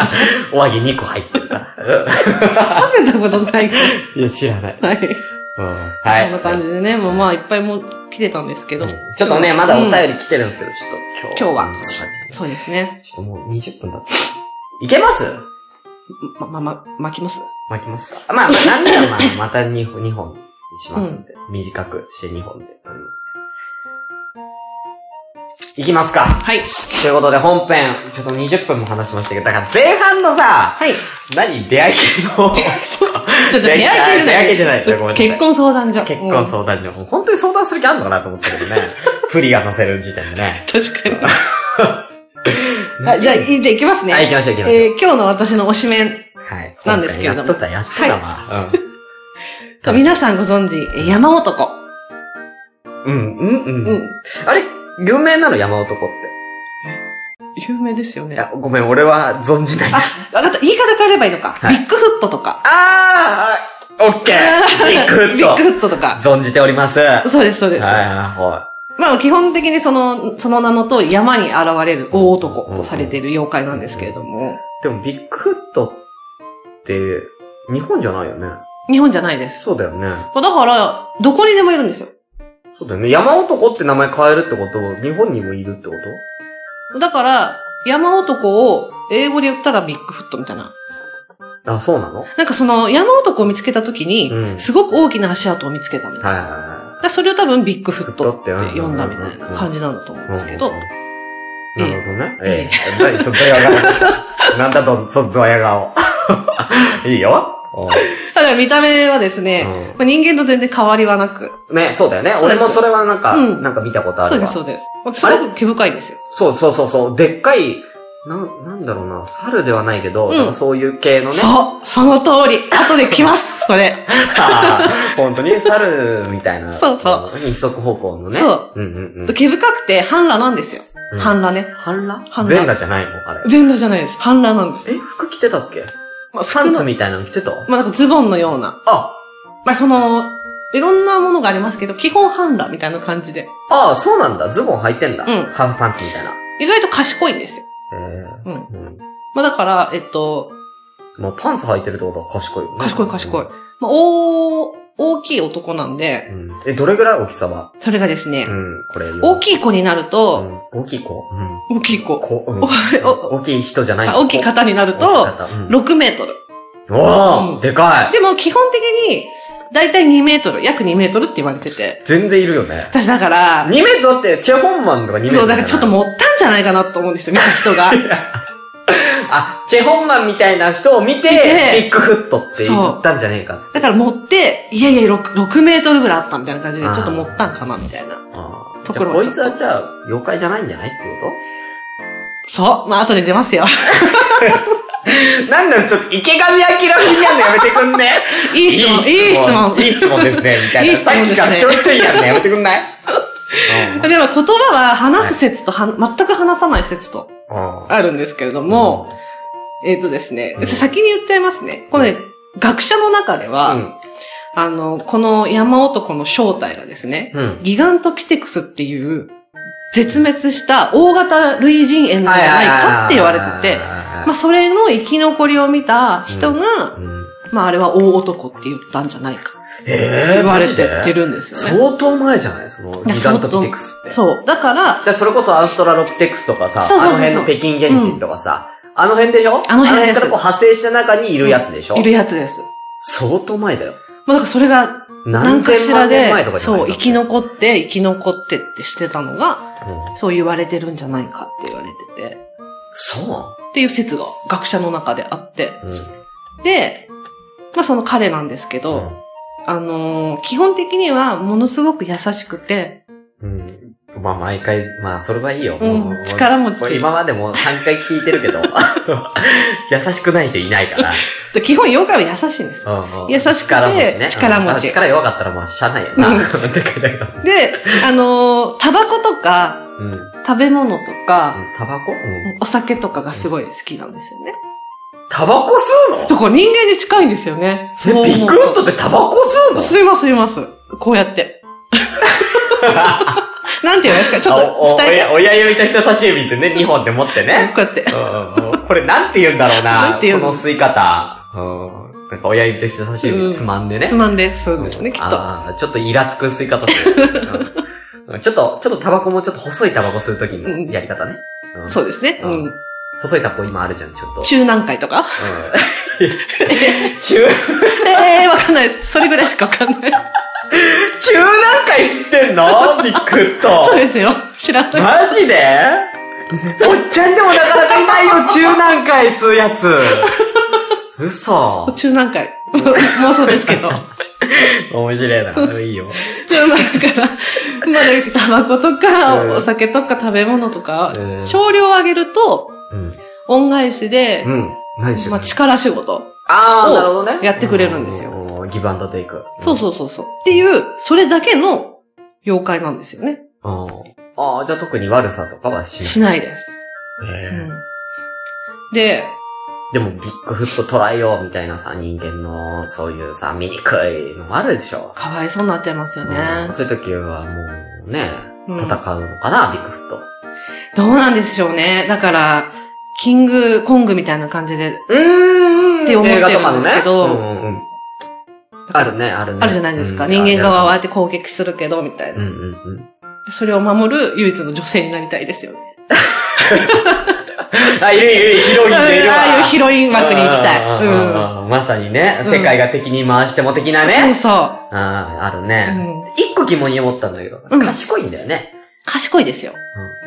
Speaker 1: おはぎ2個入ってるから。
Speaker 3: 食べたことないから。
Speaker 1: いや、知らない。
Speaker 3: はい。
Speaker 1: うん。はい。
Speaker 3: こんな感じでね、もうまあいっぱいもう来てたんですけ
Speaker 1: う
Speaker 3: ど
Speaker 1: ん。ちょっとね、まだお
Speaker 3: うん
Speaker 1: 便り来てるんですけど、ちょっと今日。こ
Speaker 3: 今日は
Speaker 1: んな感じで
Speaker 3: そうですね。
Speaker 1: ちょっともう20分だった。いけます
Speaker 3: ま、ま、ま、巻きます
Speaker 1: 巻きますかまあ、まあ、なんならまあ、また2本、二本にしますんで。短くして2本でありますね。いきますか。
Speaker 3: はい。
Speaker 1: ということで本編、ちょっと20分も話しましたけど、だから前半のさ、
Speaker 3: はい。
Speaker 1: 何出会い系の。
Speaker 3: ちょっと出会い系じゃ
Speaker 1: 出
Speaker 3: ない。
Speaker 1: 会い系じゃないですよごめんなさい
Speaker 3: 結婚相談所。
Speaker 1: 結婚相談所。もう本当に相談する気あんのかなと思ったけど ね。不利が出せる時点でね。
Speaker 3: うん確かに。はいじゃあ、いじゃあ行きますね。
Speaker 1: はい、行きましょう行きましょう。
Speaker 3: えー、今日の私の推しメン。
Speaker 1: はい。
Speaker 3: なんですけれども
Speaker 1: やってた、やってたわ。うん。
Speaker 3: 皆さんご存知、えー山男。
Speaker 1: うん、うん、うん。
Speaker 3: うん。
Speaker 1: あれ有名なの山男って。
Speaker 3: 有名ですよ
Speaker 1: い
Speaker 3: ね。
Speaker 1: や、ごめん、俺は存じない。
Speaker 3: あ、わかった。言い方変えればいいのか。
Speaker 1: はい
Speaker 3: ビッグフットとか。
Speaker 1: あーはいオッケービッグフッ
Speaker 3: ビッ
Speaker 1: ト
Speaker 3: グフットとか。
Speaker 1: 存じております。はい
Speaker 3: そうです、そうです。
Speaker 1: は
Speaker 3: まあ、基本的にその、その名の通り山に現れる大男とされている妖怪なんですけれども、
Speaker 1: い。でも、ビッグフットって、日本じゃないよね。
Speaker 3: 日本じゃないです。
Speaker 1: そうだよね。
Speaker 3: だから、どこにでもいるんですよ。
Speaker 1: そうだよね。山男って名前変えるってことは、日本にもいるってこと
Speaker 3: だから、山男を英語で言ったらビッグフットみたいな。
Speaker 1: あ、そうなのはい
Speaker 3: なんかその山男を見つけた時に、
Speaker 1: うん
Speaker 3: すごく大きな足跡を見つけたみたいな。
Speaker 1: はいは
Speaker 3: だからそれを多分ビッグフットって
Speaker 1: フットって
Speaker 3: 呼んだみたいな感じなんだと思うん
Speaker 1: い。
Speaker 3: ですけど
Speaker 1: うん。
Speaker 3: ええ
Speaker 1: なるほどね。ええ。何そのドヤ 顔。なんだと、そのドヤ顔。いいよ。
Speaker 3: ただ見た目はですね、
Speaker 1: うん
Speaker 3: まあ人間と全然変わりはなく。
Speaker 1: ね、そうだよね。
Speaker 3: そう
Speaker 1: 俺
Speaker 3: です
Speaker 1: もそれはなんか、
Speaker 3: うん
Speaker 1: なんか見たことあるわ。
Speaker 3: そうです、そうです。すごく毛深いんですよ。
Speaker 1: そうそうそうそう、でっかい、なん、なんだろうな、猿ではないけど、
Speaker 3: うん
Speaker 1: なんかそういう系のね。
Speaker 3: そう、その通り。後で来ます、それ。
Speaker 1: あー 本当に猿みたいな。
Speaker 3: そうそ
Speaker 1: うん。一足歩行のね。
Speaker 3: そう。
Speaker 1: うんうんうん。
Speaker 3: 毛深くて半裸なんですよ。
Speaker 1: うん
Speaker 3: 半裸ね。
Speaker 1: 半裸
Speaker 3: 半裸
Speaker 1: 全裸じゃないのあれ。
Speaker 3: 全裸じゃないです。半裸なんです。
Speaker 1: え、服着てたっけ
Speaker 3: ま
Speaker 1: パ
Speaker 3: あ、服
Speaker 1: ンツ
Speaker 3: の、
Speaker 1: みたいなの着てた
Speaker 3: まあ、なんかズボンのような。
Speaker 1: あ、
Speaker 3: まあ、その、いろんなものがありますけど、基本半裸みたいな感じで。
Speaker 1: ああ、そうなんだ。ズボン履いてんだ。
Speaker 3: うん
Speaker 1: ハーフパンツみたいな。
Speaker 3: 意外と賢いんですよ。
Speaker 1: え
Speaker 3: うん。
Speaker 1: ーうん。
Speaker 3: まあ、だから、えっと、
Speaker 1: まあ、パンツ履いてるってことは賢いよね。
Speaker 3: 賢い賢い。まあ、大、大きい男なんで、
Speaker 1: うん。うん。え、どれぐらい大きさは
Speaker 3: それがですね
Speaker 1: う、ん、これ。
Speaker 3: 大
Speaker 1: き
Speaker 3: きい子になると、
Speaker 1: 大きい子。うん。
Speaker 3: 大きい子、
Speaker 1: 子、うん。
Speaker 3: お
Speaker 1: 大きい人じゃない。
Speaker 3: あ大きい方になる
Speaker 1: 大きい
Speaker 3: と、
Speaker 1: 方うん
Speaker 3: 6メートル。
Speaker 1: おー、
Speaker 3: うん
Speaker 1: でかい
Speaker 3: でも基本的に、だいたい2メートル、約2メートルって言われてて。
Speaker 1: 全然いるよね。
Speaker 3: 私だから
Speaker 1: 2、メートルだって、チェホンマンとか2メートル。
Speaker 3: そう、だからちょっと持ったんじゃないかなと思うんですよ、見た 人が。
Speaker 1: あ、チェホンマンみたいな人を見て、
Speaker 3: て
Speaker 1: ビッグフットって言ったんじゃねえか。
Speaker 3: だから持って、いやいや、6, 6メートルぐらいあったみたいな感じで、ちょっと持ったんかな、みたいな。
Speaker 1: あー
Speaker 3: と
Speaker 1: じゃ
Speaker 3: こ
Speaker 1: あ
Speaker 3: ろ
Speaker 1: こ
Speaker 3: はいちょ
Speaker 1: つ
Speaker 3: っと
Speaker 1: はじゃあ、妖怪じゃないんじゃないってこ
Speaker 3: そう、まあ後で出ますよ。
Speaker 1: となんだろう、ちょっと池上明風にやるのやめてくんね
Speaker 3: いい質問、いい質問。
Speaker 1: いい質問ですね、みたい
Speaker 3: い
Speaker 1: な。
Speaker 3: い質問
Speaker 1: さっきから
Speaker 3: です
Speaker 1: ちょ
Speaker 3: ね
Speaker 1: いちょいやるのやめてくんない
Speaker 3: でも言葉は話す説とは、全く話さない説と。
Speaker 1: あ
Speaker 3: あるんですけれども、えっ、とですね、先に言っちゃいますね。このね、学者の中では、
Speaker 1: うん
Speaker 3: あの、この山男の正体がですね、
Speaker 1: うん。
Speaker 3: ギガントピテクスっていう、絶滅した大型類人猿なんじゃないかって言われてて、まあ、それの生き残りを見た人が、
Speaker 1: うん
Speaker 3: まあ、あれは大男って言ったんじゃないかって
Speaker 1: ええ
Speaker 3: 言われて
Speaker 1: マジで
Speaker 3: てるんですよね。
Speaker 1: 相当前じゃないその、
Speaker 3: いや
Speaker 1: ギガントピテクスって。
Speaker 3: そう。だから、
Speaker 1: だからそれこそアンストラロプテクスとかさ、
Speaker 3: そうそう
Speaker 1: あ
Speaker 3: そうそう
Speaker 1: の辺の北京原人とかさ、あの辺でしょ
Speaker 3: あの辺です
Speaker 1: からこう派生した中にいるやつでしょ、
Speaker 3: いるやつです。も
Speaker 1: 相当前だよ。
Speaker 3: うだからそれが何
Speaker 1: 何
Speaker 3: かし
Speaker 1: 千
Speaker 3: ら
Speaker 1: 万
Speaker 3: で
Speaker 1: 年前とか、じゃない
Speaker 3: そう、生き残って、生き残ってってしてたのが、
Speaker 1: うん
Speaker 3: そう言われてるんじゃないかって言われてて、
Speaker 1: そ
Speaker 3: っていう説が学者の中であって。
Speaker 1: う、うん
Speaker 3: で、まあその彼なんですけど、あのー基本的にはものすごく優しくて、
Speaker 1: うん。まあ、毎回、まあ、それはいいよ。
Speaker 3: うん
Speaker 1: もう
Speaker 3: 力持ち
Speaker 1: これ今までも3回聞いてる けど、優しくない人いないから。
Speaker 3: で基本妖怪は優しいんです。
Speaker 1: うんうん
Speaker 3: 優しくて
Speaker 1: 力持ちね。
Speaker 3: 力持ち
Speaker 1: うん力弱かったらもうしゃあないよな。
Speaker 3: うん
Speaker 1: でかいだから
Speaker 3: で、あのータバコとか、
Speaker 1: うん。うん
Speaker 3: 食べ物とか、
Speaker 1: タバコうん
Speaker 3: お酒とかがすごい好きなんですよね。
Speaker 1: タバコ吸うの
Speaker 3: だから人間に近いんですよね。
Speaker 1: え
Speaker 3: う
Speaker 1: ビ
Speaker 3: 思
Speaker 1: ッ
Speaker 3: う
Speaker 1: グウッド
Speaker 3: と
Speaker 1: ってタバコ吸うの
Speaker 3: 吸います、吸います。こうや って。なんて言うんですかちょっ
Speaker 1: あお
Speaker 3: と伝えて。
Speaker 1: お親指と人差し指ってね、2本で持ってね。
Speaker 3: こうやって。
Speaker 1: うんうんこれなんて言うんだろうな。
Speaker 3: なんて言うの
Speaker 1: この吸い方。うん。なんか親指と人差し指つまんでね。
Speaker 3: つまんで吸うんですよね、きっと。
Speaker 1: ああ、ちょっとイラつく吸い方する。うんちょっと、ちょっとタバコもちょっと細いタバコ吸うときのやり方ね。うん
Speaker 3: そうですね。うん。
Speaker 1: 細いタバコ今あるじゃん、ちょっと。
Speaker 3: 中南海 とか
Speaker 1: うん、 中、
Speaker 3: ええー、わかんないです。それぐらいしかわかんな
Speaker 1: 中
Speaker 3: い。
Speaker 1: 何回吸ってん のビッグウッド。
Speaker 3: そうですよ。知らない。
Speaker 1: マジでおっちゃんでもなかなかいないよ、 中南海吸うやつ。嘘。
Speaker 3: 中南海。 妄想ですけど。
Speaker 1: 面白いな。でもいいよ。
Speaker 3: でもだから、まだタバコと
Speaker 1: うん
Speaker 3: か、お酒とか食べ物とか
Speaker 1: うん、
Speaker 3: 少量あげると、
Speaker 1: うん。
Speaker 3: 恩返しで、
Speaker 1: うん。何しよう
Speaker 3: まあ、力仕事。
Speaker 1: あー、
Speaker 3: を
Speaker 1: なるほどね。
Speaker 3: やってくれるんですよ
Speaker 1: よ。ギブアンドテイク。
Speaker 3: そうそうそうそう。っていう、それだけの妖怪なんですよね。
Speaker 1: うん。ああ、じゃあ特に悪さとかはし
Speaker 3: しないです。
Speaker 1: ない。
Speaker 3: う
Speaker 1: へ
Speaker 3: ん
Speaker 1: ー、
Speaker 3: で、
Speaker 1: でも、ビッグフットトライようみたいなさ、人間の、そういうさ、醜いのもあるでしょ。
Speaker 3: かわいそうになっちゃいますよね
Speaker 1: うん。そういう時はもうね、
Speaker 3: うん
Speaker 1: 戦うのかな、ビッグフット。
Speaker 3: どうなんでしょうね。だから、キングコングみたいな感じで、
Speaker 1: うーん。
Speaker 3: って思ってるんですけど
Speaker 1: 映画とかのねうんうんうんあるね、あるね。
Speaker 3: あるじゃないですか。
Speaker 1: うん
Speaker 3: 人間側はああやって攻撃するけど、みたい
Speaker 1: うんう
Speaker 3: な。
Speaker 1: んうん。
Speaker 3: それを守る唯一の女性になりたいですよね。
Speaker 1: あ、いるいる、ヒロイン
Speaker 3: ああ
Speaker 1: でいるわ。
Speaker 3: いうヒロイン枠に行きたい。
Speaker 1: うんうん
Speaker 3: う
Speaker 1: うんうんまさにね、
Speaker 3: うん。
Speaker 1: 世界が敵に回しても的なんね。
Speaker 3: そうそ
Speaker 1: ああ、ある
Speaker 3: う。
Speaker 1: ね。
Speaker 3: うん。
Speaker 1: 一個疑問に思ったんだけど、
Speaker 3: うん
Speaker 1: 賢いんだよね。
Speaker 3: 賢いですよ。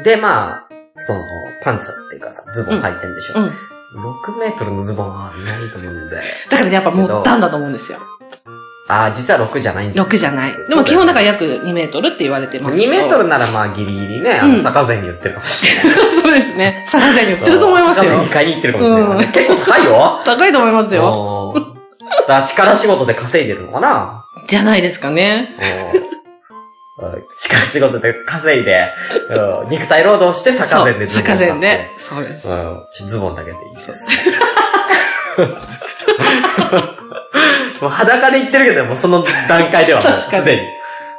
Speaker 1: で、まあ、その、パンツっていうかさ、ズボン履いてんでしょ。
Speaker 3: うん。
Speaker 1: 6メートルのズボンはいないと思うんで。
Speaker 3: だからやっぱ持ったんだと思うんですよ。
Speaker 1: ああ、実は6じゃないんだ。
Speaker 3: 6じゃない。でも基本だから約2メートルって言われてますけ
Speaker 1: 2
Speaker 3: ど。
Speaker 1: メートルならまあギリギリね、あの、
Speaker 3: うん
Speaker 1: 坂前に言ってるかもしれない。
Speaker 3: そうですね。サラダに売ってると思いますよ
Speaker 1: 高。い買いに行ってるかもしれない。
Speaker 3: う
Speaker 1: 結構高いよ。
Speaker 3: 高いと思いますよ。
Speaker 1: うんだから力仕事で稼いでるのかな
Speaker 3: じゃないですかね。
Speaker 1: うんうん力仕事で稼いで、うん肉体労働して坂前でズボン買
Speaker 3: 坂
Speaker 1: って
Speaker 3: 膳で。そうです。
Speaker 1: うん。ズボンだけでいいです。 もう裸で言ってるけど、もうその段階ではもう
Speaker 3: 確かに
Speaker 1: すでに。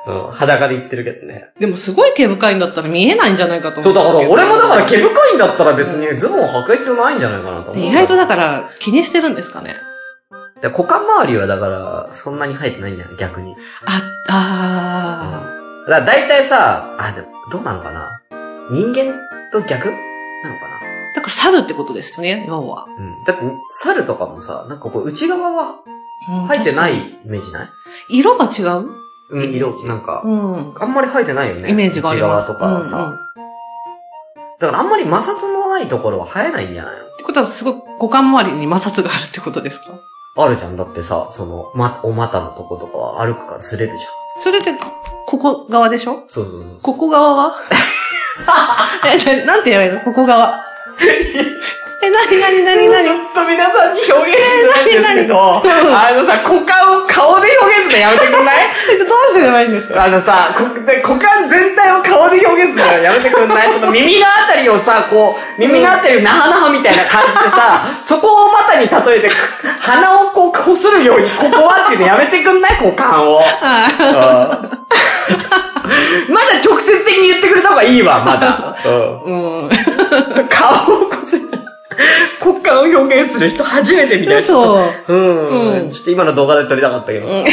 Speaker 1: うん、裸で言ってるけどね。
Speaker 3: でもすごい毛深いんだったら見えないんじゃないかと思
Speaker 1: そうう、
Speaker 3: ん
Speaker 1: だか
Speaker 3: ですけ
Speaker 1: ら
Speaker 3: ど。
Speaker 1: 俺もだから毛深いんだったら別にズボンを履く必要ないんじゃないかなと思う。
Speaker 3: で意外とだから気にしてるんですかね。
Speaker 1: で股間周りはだから、そんなに生えてないんじゃない逆に。
Speaker 3: あ、
Speaker 1: うん。だ
Speaker 3: あ
Speaker 1: から大体さ、あ、でも、どうなのかな人間と逆なのかな
Speaker 3: ー。だから猿ってことですよね、要は。
Speaker 1: うん。だって、猿とかもさ、なんかこう、内側は生えてないイメージない
Speaker 3: 色が違う
Speaker 1: うん、
Speaker 3: イメー
Speaker 1: 色、
Speaker 3: ジ
Speaker 1: なんか、
Speaker 3: うん。
Speaker 1: あんまり生えてないよね。
Speaker 3: イメージがあります。
Speaker 1: 内側とかさ。
Speaker 3: うんうん。っ
Speaker 1: だからあんまり摩擦のないところは生えないんじゃないの
Speaker 3: てことはすごく股間周りに摩擦があるってことですか
Speaker 1: あるじゃん。だってさ、その、ま、お股のとことかは歩くから擦れるじゃん。
Speaker 3: それって、ここ側でしょ
Speaker 1: そうそうそう。
Speaker 3: こ こ側はえ、ななんて言えばいいのここ側。え、な、何何
Speaker 1: ち
Speaker 3: 何
Speaker 1: ょっと皆さんに表現してないんですけど、あ
Speaker 3: え 何何
Speaker 1: のさ、股間を顔で表現するのやめてくんない
Speaker 3: どうすればいいんですか
Speaker 1: あのさ、こで股間全体を顔で表現するのやめてくんないちょっと耳のあたりをさ、こう、耳のあたりをなはなはみたいな感じでさ、そこをまさに例えて、鼻をこう、こするように、ここはっていうのやめてくんない股間を。うんまだ直接的に言ってくれた方がいいわ、まだ。
Speaker 3: うん。
Speaker 1: 顔をこする。股間を表現する人初めてみたいな。
Speaker 3: 嘘。
Speaker 1: うん。
Speaker 3: うん
Speaker 1: ちょっと今の動画で撮りたかったけど。
Speaker 3: ん
Speaker 1: い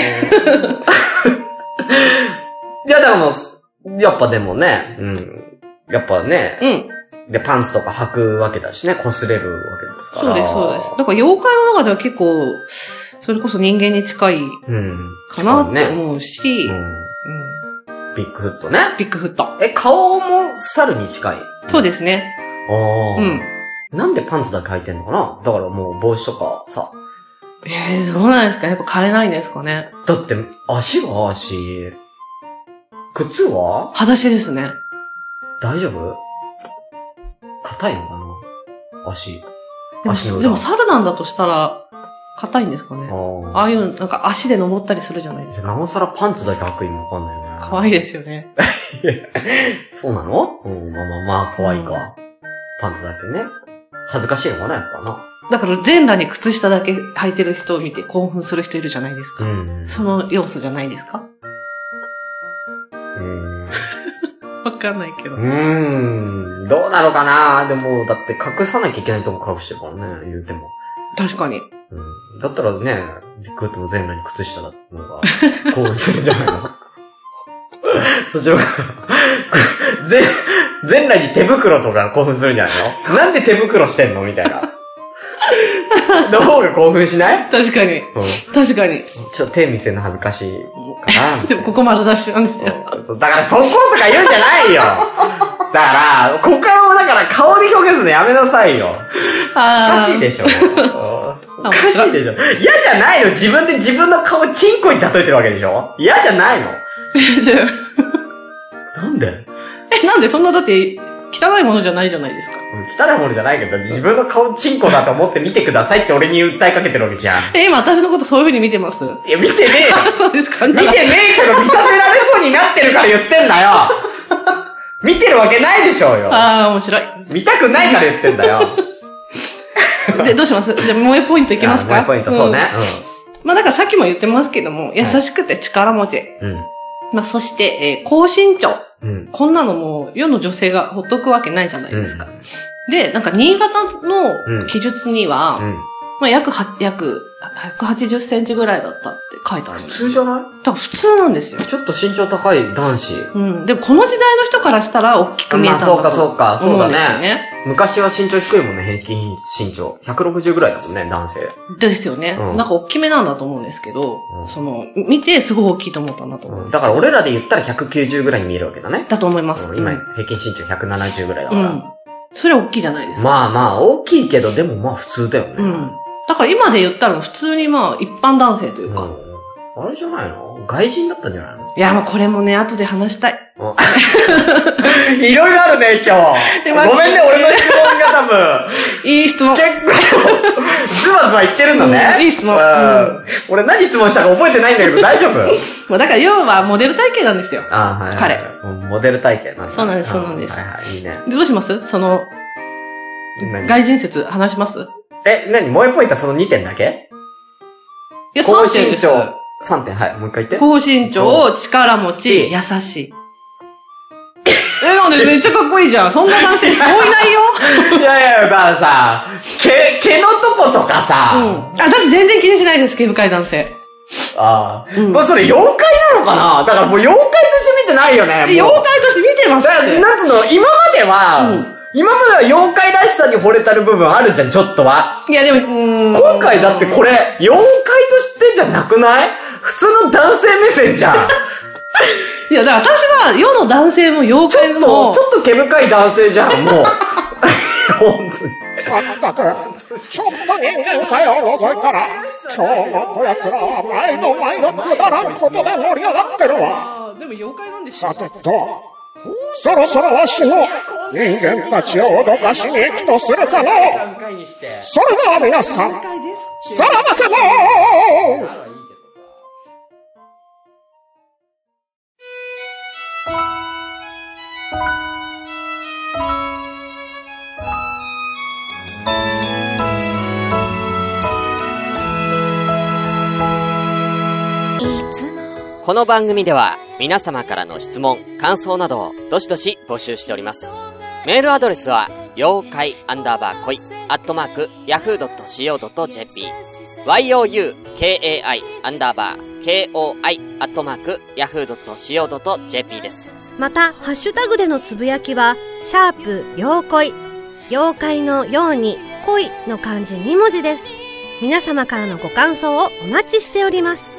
Speaker 1: や、でも、やっぱでもね、うん。やっぱね、
Speaker 3: うん。
Speaker 1: で、パンツとか履くわけだしね、擦れるわけですか
Speaker 3: そう
Speaker 1: ら。
Speaker 3: です、そうです。だから妖怪の中では結構、それこそ人間に近い
Speaker 1: うん。
Speaker 3: かなって
Speaker 1: そうね
Speaker 3: 思うし、
Speaker 1: う
Speaker 3: うん
Speaker 1: ん。ビッグフットね。
Speaker 3: ビッグフット。
Speaker 1: え、顔も猿に近い。。
Speaker 3: そうですすね。
Speaker 1: ああ。
Speaker 3: うん。。
Speaker 1: なんでパンツだけ履いてんのかなだからもう帽子とかさ。
Speaker 3: えー、どうなんですかやっぱ変えないんですかね。
Speaker 1: だって、足は足。靴は
Speaker 3: 裸足ですね。
Speaker 1: 大丈夫硬いのかな足。
Speaker 3: で
Speaker 1: 足の
Speaker 3: も、
Speaker 1: 裏
Speaker 3: でも猿なんだとしたら、硬いんですかね。ああ
Speaker 1: あ
Speaker 3: いう、なんか足で登ったりするじゃないです
Speaker 1: ー。なおさらパンツだけ履く意味わかんないよね。。
Speaker 3: か。可愛いですすよね。
Speaker 1: そうなのうん、まあまあまあ、可愛いか。パンツだけね。恥ずかしいのかなやっぱな。
Speaker 3: だから全裸に靴下だけ履いてる人を見て興奮する人いるじゃないですか。
Speaker 1: ん
Speaker 3: その要素じゃないですか
Speaker 1: うん。
Speaker 3: わかんないけど。
Speaker 1: うーん。どうなのかなでも、だって隠さなきゃいけないとこ隠してるからね、言うても。
Speaker 3: 確かに。
Speaker 1: うん。だったらね、ビッグウッドの全裸に靴下だったのが、興奮するんじゃないの そっちの方が、 全、全裸に手袋とか興奮するんじゃないのなんで手袋してんのみたいな。の方が興奮しない
Speaker 3: 確かに。
Speaker 1: うん。
Speaker 3: 確かに。
Speaker 1: ちょっと手見せるの恥ずかしいかな。
Speaker 3: でもここ丸出しなんですよ。
Speaker 1: うんそうだからそことか言うんじゃないよだから、股間をだから顔で表現するのやめなさいよ。おか
Speaker 3: あ
Speaker 1: しいで
Speaker 3: し
Speaker 1: しょ。おかしいでしょ。嫌じゃないの自分で自分の顔チンコに例えてるわけでしょ嫌じゃないの
Speaker 3: ょ。
Speaker 1: なんで
Speaker 3: え、なんでそんなだって、汚いものじゃないじゃないですか。
Speaker 1: 汚いものじゃないけど、自分の顔チンコだと思って見てくださいって俺に訴えかけてるわけじゃん。
Speaker 3: え、今私のことそういう風に見てます
Speaker 1: いや、見てねえよ
Speaker 3: あ、そうですか
Speaker 1: 見てね
Speaker 3: ね。
Speaker 1: えけど見させられそうになってるから言ってんだよ見てるわけないでしょうよ
Speaker 3: ああ、面白い。
Speaker 1: 見たくないから言ってんだよ。
Speaker 3: で、どう しますじゃあ、萌えポイントいきますか
Speaker 1: あもう一ポイント、そうね。
Speaker 3: うんまあ、だからさっきも言ってますけども、優しくて力持ち。
Speaker 1: うん。
Speaker 3: まあ、そして、えー高身長。
Speaker 1: うん。
Speaker 3: こんなのもう、世の女性がほっとくわけないじゃないですか。
Speaker 1: う
Speaker 3: で、なんか、新潟
Speaker 1: うん
Speaker 3: の記述には、
Speaker 1: ん。
Speaker 3: まあ、約は、約、180センチぐらいだったって書いてあるんですよ。
Speaker 1: ゃな
Speaker 3: だから普通なんですよ
Speaker 1: い。ちょっと身長高い男子。
Speaker 3: うん。でも、この時代の人からしたら、大きく見えたんだと
Speaker 1: まあそうかそうか
Speaker 3: 思んです
Speaker 1: そうだ
Speaker 3: よね。
Speaker 1: 昔は身長低いもんね、平均身長。160ぐらいだもんね、男性。
Speaker 3: ですよね。
Speaker 1: うん
Speaker 3: なんか、大きめなんだと思うんですけど、
Speaker 1: うん
Speaker 3: その、見て、すごい大きいと思ったんだと思う。
Speaker 1: だから俺らで言ったら190ぐらいに見えるわけだね。
Speaker 3: だと思います。
Speaker 1: 今
Speaker 3: うん、
Speaker 1: 平均身長170ぐらいだか
Speaker 3: う
Speaker 1: ら。
Speaker 3: ん。それは大きいじゃないですか。
Speaker 1: まあまあ、大きいけど、でもまあ普通だよね。
Speaker 3: うん。だから今で言ったら普通にまあ一般男性というか。
Speaker 1: うんあれじゃないの外人だったんじゃないの
Speaker 3: いや、まあこれもね、後で話したい。
Speaker 1: いろいろあるね、今
Speaker 3: でまあ
Speaker 1: 日。ごめんね、俺の質問が多分。
Speaker 3: いい質問。
Speaker 1: 結構、ズバズバ言ってるのね。
Speaker 3: うんいい質問
Speaker 1: うん
Speaker 3: うん
Speaker 1: 俺何質問したか覚えてないんだけど大丈夫
Speaker 3: まあだから要はモデル体型なんですよ。
Speaker 1: あはい、
Speaker 3: 彼
Speaker 1: うんモデル体型なんだ
Speaker 3: そうなんですそうなんです
Speaker 1: はいはい、いいね。
Speaker 3: でどうしますその、
Speaker 1: 何
Speaker 3: 外人説話しますい
Speaker 1: え、何萌えポイントはその2点だけ
Speaker 3: や、
Speaker 1: 高
Speaker 3: 3点
Speaker 1: 身
Speaker 3: です
Speaker 1: 長。3点、はい。もう一回言って。
Speaker 3: 高身長、力持
Speaker 1: ち
Speaker 3: ち、優しい。え、なんで めっちゃかっこいいじゃん。そんな男性 そういないよ。
Speaker 1: いやいや、だからさ、毛、毛のとことかさ、
Speaker 3: うん。私全然気にしないです、毛深い男性。
Speaker 1: ああ、
Speaker 3: うん
Speaker 1: まあそれ妖怪なのかなだからもう妖怪として見てないよね。もう
Speaker 3: 妖怪として見てます
Speaker 1: だ
Speaker 3: っ
Speaker 1: か
Speaker 3: て
Speaker 1: ら、。なんつうの、今までは、
Speaker 3: うん
Speaker 1: 今までは妖怪らしさに惚れたる部分あるじゃん、ちょっとは。
Speaker 3: いや、でも、うーん
Speaker 1: 今回だってこれ、妖怪としてじゃなくない普通の男性目線じゃん。
Speaker 3: いや、だから私は世の男性も妖
Speaker 1: ちょ
Speaker 3: 怪
Speaker 1: っと、
Speaker 3: も
Speaker 1: ち、ょっと毛深い男性じゃん、 もう。本当に。
Speaker 4: ったく、ちょっと人間界を覗いたら、今日もこやつらは前の前のくだらんことで盛り上がってるわ。
Speaker 3: あーでも妖怪なんですよ
Speaker 4: さ。てと、そろそろわしも人間たちを脅かしに行くとするかのう
Speaker 1: 3回にして。
Speaker 4: それでは皆さん、
Speaker 3: 回です。
Speaker 4: さらばかもう
Speaker 1: あらいいけどさ
Speaker 5: この番組では皆様からの質問、感想などをどしどし募集しております。メールアドレスは、妖怪アンダーバー恋、アットマーク、yahoo.co.jp、youkai アンダーバー koi、アットマーク、yahoo.co.jp です。
Speaker 6: また、ハッシュタグでのつぶやきは、シャープ、妖恋。妖怪のように、恋の漢字2文字です。皆様からのご感想をお待ちしております。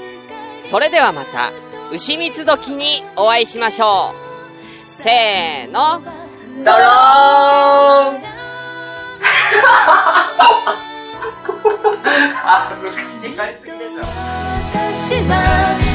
Speaker 5: それではまた、牛蜜時にお会いしましょう。せーの、
Speaker 1: ドローン 恥ずかしい。
Speaker 2: 私は